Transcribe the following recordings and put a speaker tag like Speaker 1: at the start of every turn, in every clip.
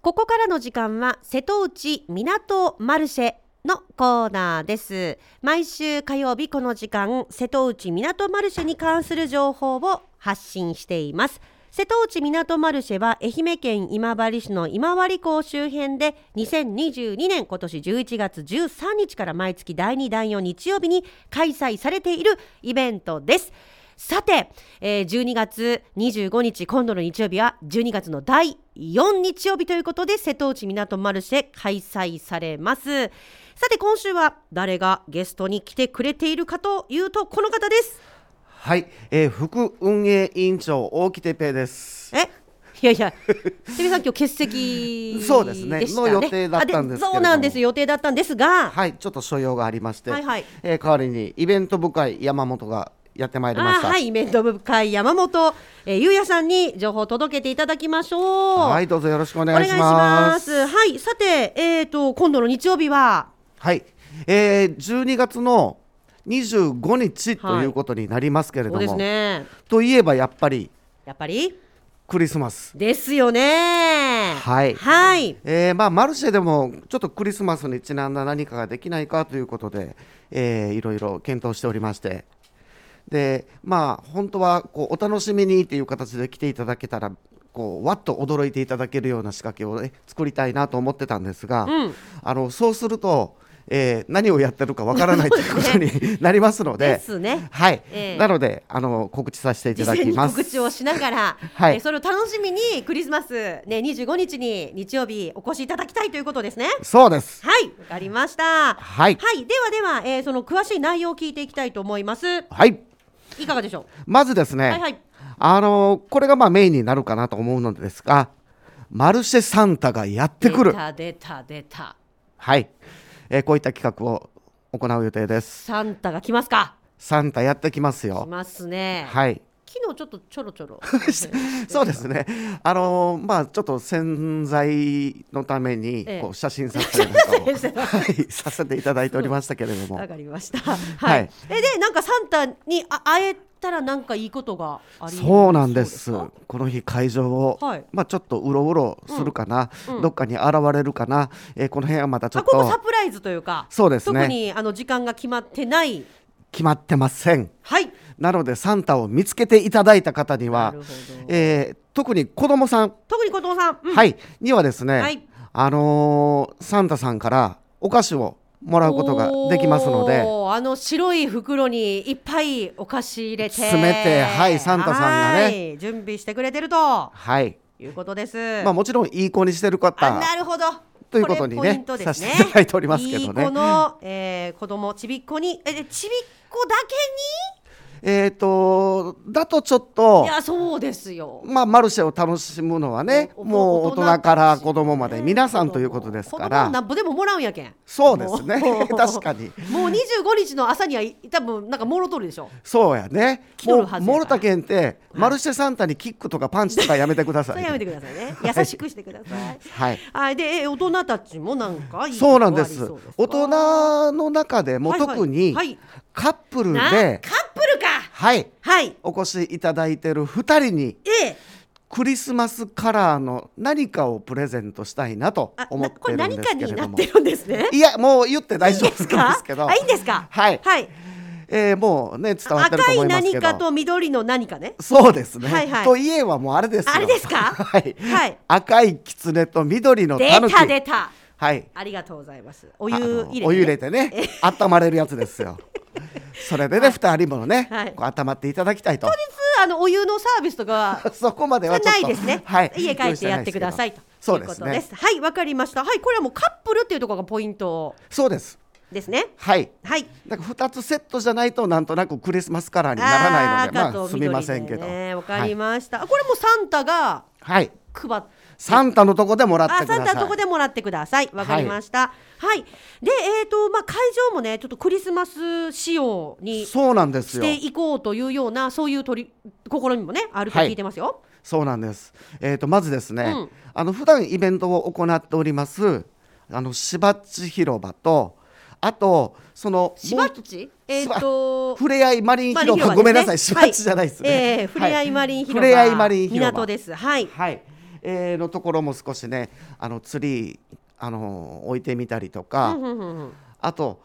Speaker 1: ここからの時間は瀬戸内港マルシェのコーナーです毎週火曜日この時間瀬戸内港マルシェに関する情報を発信しています瀬戸内港マルシェは愛媛県今治市の今治港周辺で2022年今年11月13日から毎月第2第4日曜日に開催されているイベントですさて、えー、12月25日今度の日曜日は12月の第4日曜日ということで瀬戸内港マルシェ開催されますさて今週は誰がゲストに来てくれているかというとこの方です
Speaker 2: はい、えー、副運営委員長大木哲平です。
Speaker 1: え、 いやいや、テレさん今日欠席、
Speaker 2: ね、そうですね。の予定だったんです
Speaker 1: そうなんです予定だったんですが、
Speaker 2: はい、ちょっと所用がありまして、はいはい、えー、代わりにイベント部会山本がやってまいりました。
Speaker 1: はい、イベント部会山本、えー、ゆうやさんに情報を届けていただきましょう。
Speaker 2: はい、どうぞよろしくお願いします。
Speaker 1: ますはい、さて、えっ、ー、と今度の日曜日は、
Speaker 2: はい、えー、12月の25日ということになりますけれども、はい
Speaker 1: ね、
Speaker 2: といえばやっぱり
Speaker 1: やっぱり
Speaker 2: クリスマス
Speaker 1: ですよね
Speaker 2: はい、
Speaker 1: はい
Speaker 2: えーまあ、マルシェでもちょっとクリスマスにちなんだ何かができないかということで、えー、いろいろ検討しておりましてでまあ本当はこうお楽しみにという形で来ていただけたらこうわっと驚いていただけるような仕掛けを、ね、作りたいなと思ってたんですが、うん、あのそうするとえー、何をやってるかわからないということに なりますので、
Speaker 1: ですね、
Speaker 2: はい、えー、なのであの告知させていただきます。
Speaker 1: 告知をしなが ら、はい、えー、それを楽しみにクリスマスね25日に日曜日お越しいただきたいということですね。
Speaker 2: そうです。
Speaker 1: はい、わかりました。
Speaker 2: はい、
Speaker 1: はい、ではでは、えー、その詳しい内容を聞いていきたいと思います。
Speaker 2: はい、
Speaker 1: いかがでしょう。
Speaker 2: まずですね、はいはい、あのこれがまあメインになるかなと思うのですが、マルシェサンタがやってくる。
Speaker 1: 出た出た出た。
Speaker 2: はい。えー、こういった企画を行う予定です。
Speaker 1: サンタが来ますか。
Speaker 2: サンタやってきますよ。
Speaker 1: 来ますね。
Speaker 2: はい。
Speaker 1: 昨日ちょっとちょろちょ ろ。
Speaker 2: そうですね。あのー、まあちょっと洗剤のためにこう写真撮影などを、ええ、はい、させていただいておりましたけれども。
Speaker 1: わかりました。 はい。はい、えでなんかサンタにあ会えたらなんかいいことが
Speaker 2: そうなんですこの日会場を、はい、まあちょっとうろうろするかな、うんうん、どっかに現れるかな、えー、この辺はまたちょっと
Speaker 1: ここサプライズというか
Speaker 2: そうですね
Speaker 1: 特にあの時間が決まってない
Speaker 2: 決まってません
Speaker 1: はい
Speaker 2: なのでサンタを見つけていただいた方には、えー、特に子供さん
Speaker 1: 特に子供さん、
Speaker 2: うん、はいにはですね、はい、あのー、サンタさんからお菓子をもらうことができますので
Speaker 1: あの白い袋にいっぱいお菓子入れて
Speaker 2: 詰めてはいサンタさんがね
Speaker 1: 準備してくれてると
Speaker 2: はい
Speaker 1: いうことです
Speaker 2: まあもちろんいい子にしてる方
Speaker 1: なるほど
Speaker 2: ということにね
Speaker 1: ね
Speaker 2: させていただいておりますけどね
Speaker 1: いい子の、えー、子供ちびっこにえちびっ子だ
Speaker 2: けにえーとだとちょっと
Speaker 1: いやそうですよ、
Speaker 2: まあ、マルシェを楽しむのはねもう大人から子供まで皆さんということですから
Speaker 1: なんぼでももらうんやけん
Speaker 2: そうですね 確かに
Speaker 1: もう25日の朝には多分なんかもろとるで しょ
Speaker 2: そうやねもうもろたけんってマルシェサンタにキックとかパンチとかやめてく ださい、
Speaker 1: ね、やめてくださいね優しくしてください
Speaker 2: はい
Speaker 1: あで大人たちもなんか
Speaker 2: そうなんです大人の中でも特にカップルで、はいはいはい
Speaker 1: カップルか
Speaker 2: はい、
Speaker 1: はい、
Speaker 2: お越しいただいてる2人に、
Speaker 1: ええ、
Speaker 2: クリスマスカラーの何かをプレゼントしたいなと思ってるんですけれども
Speaker 1: ね
Speaker 2: いやもう言って大丈夫ですけど
Speaker 1: いいんですか
Speaker 2: はい、
Speaker 1: はい
Speaker 2: えー、もうね伝わってると思います
Speaker 1: けど赤い何かと緑の何かね
Speaker 2: そうですね、
Speaker 1: はいはい、
Speaker 2: といえばもうあれです
Speaker 1: あれですか
Speaker 2: はい、
Speaker 1: はい、
Speaker 2: 赤い狐と緑の
Speaker 1: 出た出た
Speaker 2: はい
Speaker 1: ありがとうございますお湯入れて、ね、
Speaker 2: お湯入れてね温まれるやつです よそれでね、二、はい、人もね、はい、こう温まっていただきたいと。
Speaker 1: 当日、あのお湯のサービスとか。
Speaker 2: そこまでは
Speaker 1: ないですね。
Speaker 2: はい、
Speaker 1: 家帰ってやってくださいと。
Speaker 2: そうですね。
Speaker 1: すはい、わかりました。はい、これはもうカップルっていうところがポイント。
Speaker 2: そうです。
Speaker 1: ですね。
Speaker 2: はい。
Speaker 1: はい。
Speaker 2: なんか二つセットじゃないと、なんとなくクリスマスカラーにならないので、あまあ、すみませんけど。
Speaker 1: わ、かりました、はい、これもサンタが。
Speaker 2: はい。
Speaker 1: 配って。
Speaker 2: サンタのとこでもらって
Speaker 1: サンタのとこでもらってください。わかりました。はい。はい、で、えっ、ー、と、まあ、会場もね、ちょっとクリスマス仕様に。
Speaker 2: そうなんです
Speaker 1: していこうというような、そういう取り、試みもね、あると聞いてますよ。はい、
Speaker 2: そうなんです。えっ、ー、と、まずですね、うん、あの、普段イベントを行っております。あの、芝地広場と。あと、その。
Speaker 1: 芝地。えっ、ー、と。
Speaker 2: ふれあいマリン広場。ね、ごめんなさい、芝地じゃないですね。
Speaker 1: はい、ええふれあいマリン
Speaker 2: 広場。ふれあいマリン広
Speaker 1: 場。港です。はい。
Speaker 2: はい。えーのところも少しねあのツリーあの置いてみたりとか、
Speaker 1: うんうんうんうん
Speaker 2: あと、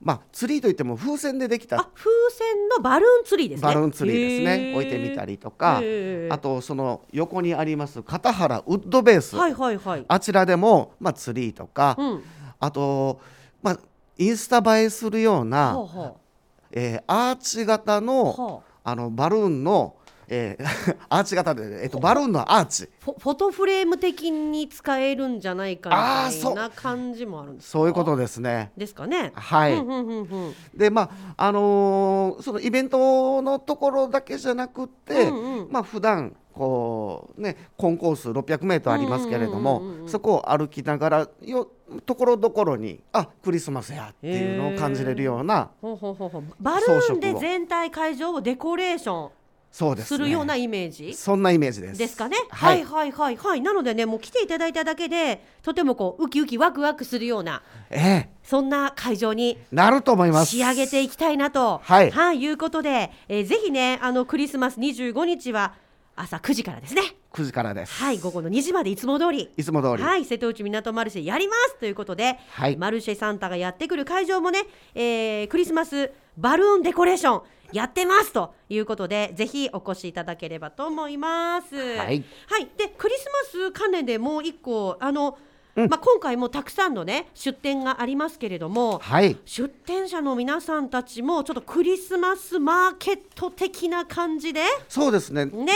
Speaker 2: まあ、ツリーといっても風船でできた
Speaker 1: あ風船のバルーンツリーですね
Speaker 2: バルーンツリーですね置いてみた
Speaker 1: り
Speaker 2: りとか、あとその横にあります片原ウッドベース、
Speaker 1: はいはいはい
Speaker 2: あちらでも、まあ、ツリーとか、
Speaker 1: うん
Speaker 2: あと、まあ、インスタ映えするような、
Speaker 1: ほうほ
Speaker 2: えーアーチ型
Speaker 1: う
Speaker 2: の
Speaker 1: ほう
Speaker 2: あのバルーンの、えー アーチ型で、えっと、バルーンのアーチ
Speaker 1: フォフォトフレーム的に使えるんじゃないかみ
Speaker 2: あー
Speaker 1: た
Speaker 2: そ
Speaker 1: いうな感じもあるんですか
Speaker 2: そういうことですね。
Speaker 1: ですかね
Speaker 2: はい、
Speaker 1: うんうんうんうん
Speaker 2: でまああのーそのイベントのところだけじゃなくて、
Speaker 1: うんうん
Speaker 2: まあ普段こうねコンコース600メートルありますけれども、
Speaker 1: うんうんうんうん
Speaker 2: そこを歩きながらよところどころにあクリスマスやっていうのを感じれるような、
Speaker 1: ほうほうほうほうバルーン
Speaker 2: 装
Speaker 1: で
Speaker 2: 飾を
Speaker 1: 全体会場をデコレーショ
Speaker 2: そうで
Speaker 1: ン
Speaker 2: す、
Speaker 1: す
Speaker 2: ね、
Speaker 1: るようなイメージ
Speaker 2: そんなイメージです。
Speaker 1: ですかね、は、
Speaker 2: はいい、
Speaker 1: はいはいはいなのでねもう来ていただいただけでとてもこうウキウキワクワクするような
Speaker 2: ええ
Speaker 1: そんな会場に
Speaker 2: なると思います。
Speaker 1: 仕上げていきたいなと、
Speaker 2: はい
Speaker 1: いうことで、えーぜひねあのクリスマス25日は朝9時からですね
Speaker 2: 9時からです。
Speaker 1: はい午後の2時までいつも通り
Speaker 2: いつも通り、
Speaker 1: はい、瀬戸内港マルシェやりますということで、
Speaker 2: はい
Speaker 1: マルシェサンタがやってくる会場もね、えークリスマスバルーンデコレーションやってますということでぜひお越しいただければと思います。
Speaker 2: はい
Speaker 1: でクリスマス関連でもう一個あの、まあ、今回もたくさんのね出店がありますけれども、
Speaker 2: はい、
Speaker 1: 出店者の皆さんたちもちょっとクリスマスマーケット的な感じで
Speaker 2: そうですね。
Speaker 1: ね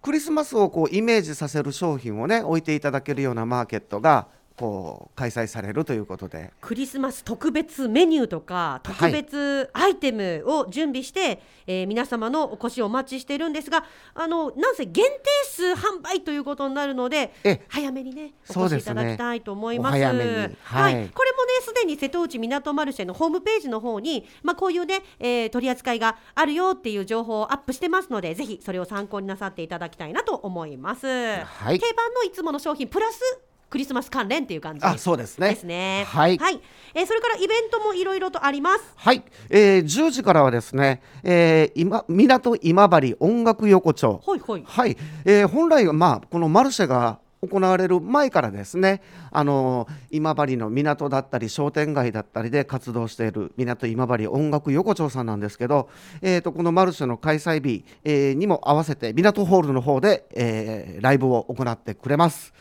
Speaker 2: クリスマスをこうイメージさせる商品をね置いていただけるようなマーケットがこう開催されるということで
Speaker 1: クリスマス特別メニューとか
Speaker 2: は
Speaker 1: 特
Speaker 2: い
Speaker 1: 別アイテムを準備して、えー皆様のお越しをお待ちしているんですがあのなんせ限定数販売ということになるので
Speaker 2: ええ
Speaker 1: 早めにね
Speaker 2: そ
Speaker 1: お
Speaker 2: う
Speaker 1: 越
Speaker 2: で
Speaker 1: しいた
Speaker 2: すね
Speaker 1: だきたいと思います。
Speaker 2: お早めに
Speaker 1: は
Speaker 2: はいい
Speaker 1: これもねすでに瀬戸内港マルシェのホームページの方に、まあ、こういうね、えー取り扱いがあるよっていう情報をアップしてますのでぜひそれを参考になさっていただきたいなと思います。
Speaker 2: はい
Speaker 1: 定番のいつもの商品プラスクリスマス関連っていう感じ
Speaker 2: あそうですね
Speaker 1: ですね。
Speaker 2: はい
Speaker 1: えーそれからイベントもいろいろとあります。
Speaker 2: はい、えー10時からはですね、えー今港今治音楽横丁
Speaker 1: ほいほい。
Speaker 2: はい、えー本来はまあこのマルシェが行われる前からですね、あのー今治の港だったり商店街だったりで活動している港今治音楽横丁さんなんですけど、えー、とこのマルシェの開催日、えーにも合わせて港ホールの方で、えーライブを行ってくれます。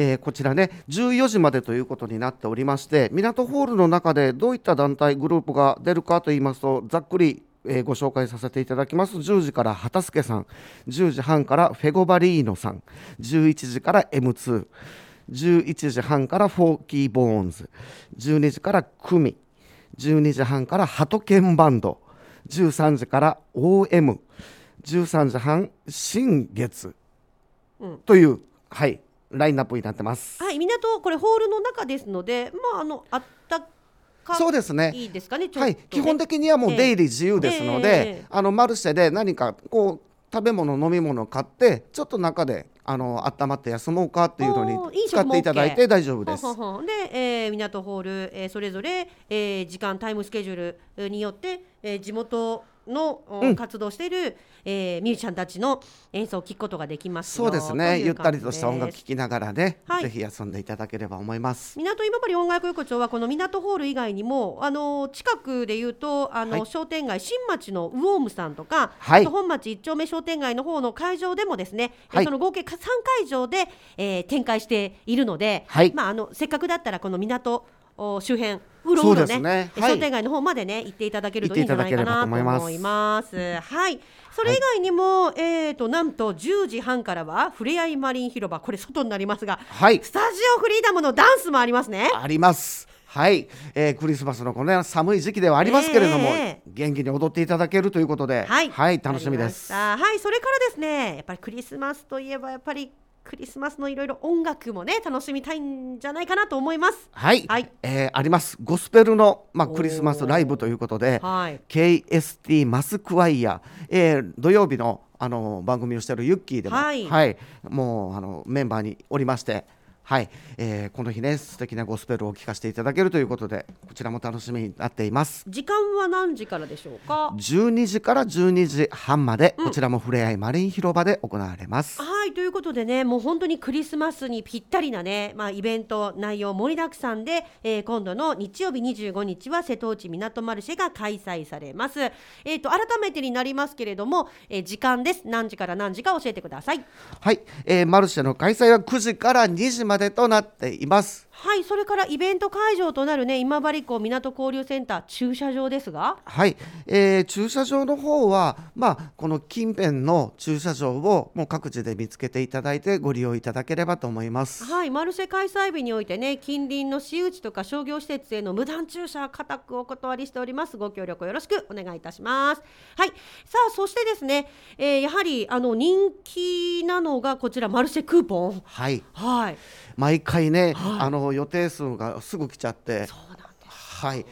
Speaker 2: えーこちらね14時までということになっておりまして港ホールの中でどういった団体グループが出るかといいますとざっくり、えーご紹介させていただきます10時から畑助さん10時半からフェゴバリーノさん11時から M211 時半からフォーキーボーンズ12時からクミ12時半からハトケンバンド13時から OM13 時半新月、というはいラインナップになってます。
Speaker 1: はい、港これホールの中ですので、まああのあったか
Speaker 2: そうですね
Speaker 1: いいですかね。ちょっと
Speaker 2: は
Speaker 1: ね
Speaker 2: い、基本的には
Speaker 1: え
Speaker 2: もう
Speaker 1: え
Speaker 2: 出入り自由ですので、
Speaker 1: ええ
Speaker 2: あのマルシェで何かこう食べ物飲み物買ってちょっと中であの温まって休もうかっていう
Speaker 1: お
Speaker 2: の
Speaker 1: ー飲
Speaker 2: に
Speaker 1: 食
Speaker 2: 使っ
Speaker 1: も
Speaker 2: ていただいて
Speaker 1: OK
Speaker 2: 大丈夫です
Speaker 1: ほん。ほんほんで、えー、港ホール、えー、それぞれ、えー、時間タイムスケジュールえーによって、えー、地元の、お活動している、えー、ミュージシャンたちの演奏を聴くことができますよ
Speaker 2: そうです
Speaker 1: と
Speaker 2: ね
Speaker 1: い
Speaker 2: ゆっ
Speaker 1: う
Speaker 2: た
Speaker 1: 感
Speaker 2: り
Speaker 1: じ
Speaker 2: とした音楽
Speaker 1: です
Speaker 2: 聴きながらね、
Speaker 1: はい
Speaker 2: ぜひ休んでいただければ思います。
Speaker 1: 港今治音楽横丁はこの港ホール以外にもあの近くでいうとあの、
Speaker 2: はい
Speaker 1: 商店街新町のウォームさんとか、
Speaker 2: はい
Speaker 1: あと本町一丁目商店街の方の会場でもですね、え
Speaker 2: はい
Speaker 1: その合計3会場で、えー展開しているので、
Speaker 2: はい
Speaker 1: まあ、あのせっかくだったらこの港お周辺うろう
Speaker 2: そ
Speaker 1: ろ
Speaker 2: うで
Speaker 1: ね
Speaker 2: すねはい
Speaker 1: 商店街の方までね行っていただけるといいんじゃないかなと思います。はい、それ以外にも、えー、となんと10時半からはふれあいマリン広場これ外になりますが、
Speaker 2: はい
Speaker 1: スタジオフリーダムのダンスもありますね。
Speaker 2: あります。はい、えークリスマスのこの、ね、寒い時期ではありますけれども、
Speaker 1: ええ
Speaker 2: 元気に踊っていただけるということで、
Speaker 1: はい、
Speaker 2: 楽しみです。
Speaker 1: わかりましたはい、それからですね、やっぱりクリスマスといえば、やっぱりクリスマスのいろいろ音楽もね、楽しみたいんじゃないかなと思います。
Speaker 2: はい、
Speaker 1: はい
Speaker 2: えーありますゴスペルの、まあ、
Speaker 1: おー
Speaker 2: クリスマスライブということで、
Speaker 1: はい。
Speaker 2: KST マスクワイヤー、えー土曜日のあの番組をしているユッキーでも、
Speaker 1: はい
Speaker 2: もうあのメンバーにおりまして、はい、えーこの日ね素敵なゴスペルを聴かせていただけるということでこちらも楽しみになっています
Speaker 1: 時間は何時からでしょうか
Speaker 2: 12時から12時半まで、こちらもふれあいマリン広場で行われます
Speaker 1: はいということでねもう本当にクリスマスにぴったりなね、まあ、イベント内容盛りだくさんで、えー今度の日曜日25日は瀬戸内港マルシェが開催されます、えー、と改めてになりますけれども、えー時間です何時から何時か教えてください
Speaker 2: はい、えーマルシェの開催は9時から2時までとなっています
Speaker 1: はいそれからイベント会場となるね今治港港交流センター駐車場ですが
Speaker 2: はい、えー駐車場の方は、まあ、この近辺の駐車場をもう各自で見つけていただいてご利用いただければと思います
Speaker 1: はい、マルシェ開催日においてね、近隣の私有地とか商業施設への無断駐車、固くお断りしております。ご協力をよろしくお願いいたします。はい、さあ、そしてですね、えーやはりあの人気なのがこちらマルシェクーポン。
Speaker 2: はい
Speaker 1: はい、
Speaker 2: 毎回ね、あの予定数がすぐ来ちゃって
Speaker 1: そうなんです。
Speaker 2: はい、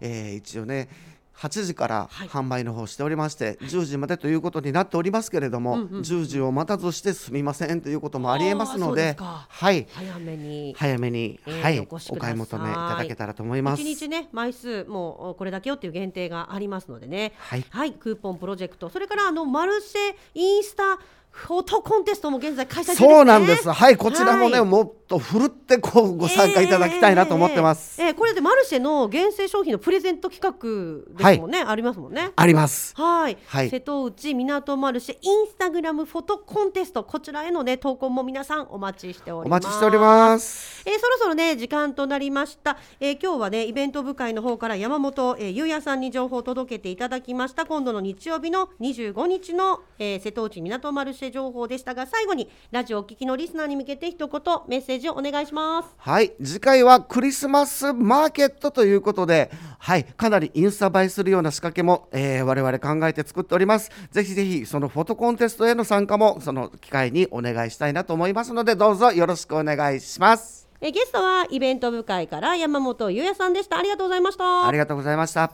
Speaker 2: えー一応ね8時から
Speaker 1: はい
Speaker 2: 販売の方しておりまして、10時までということになっておりますけれども、10時を待たずしてすみませんということもありえます
Speaker 1: あ
Speaker 2: の
Speaker 1: ーそうです
Speaker 2: で
Speaker 1: か
Speaker 2: はい
Speaker 1: 早めに。
Speaker 2: 早めに、
Speaker 1: えー
Speaker 2: はい
Speaker 1: お越しください
Speaker 2: 買い求めいただけたらと思います。
Speaker 1: 一日ね枚数もうこれだけよっていう限定がありますのでね
Speaker 2: はい
Speaker 1: クーポンプロジェクトそれからあのマルシェインスタフォトコンテストも現在開催中ですね
Speaker 2: そうなんです。はい、こちらもね、
Speaker 1: はい
Speaker 2: もっとふるってこうご参加いただきたいなと思ってます。
Speaker 1: えーえーえーこれでマルシェの厳正商品のプレゼント企画ですもんね、ありますもんね。
Speaker 2: あります。
Speaker 1: はい、
Speaker 2: はい
Speaker 1: 瀬戸内港マルシェインスタグラムフォトコンテストこちらへのね投稿も皆さんお待ちしてお
Speaker 2: お
Speaker 1: ります。
Speaker 2: 待ちしております。
Speaker 1: えーそろそろね時間となりました、えー今日はねイベント部会の方から山本、えー、ゆうやさんに情報を届けていただきました今度の日曜日の25日の、えー瀬戸内港マルシェ情報でしたが最後にラジオをお聞きのリスナーに向けて一言メッセージをお願いします
Speaker 2: はい次回はクリスマスマーケットということで、はい、かなりインスタ映えするような仕掛けも、えー我々考えて作っておりますぜひぜひそのフォトコンテストへの参加もその機会にお願いしたいなと思いますのでどうぞよろしくお願いします
Speaker 1: えーゲストはイベント部会から山本優也さんでしたありがとうございました
Speaker 2: ありがとうございました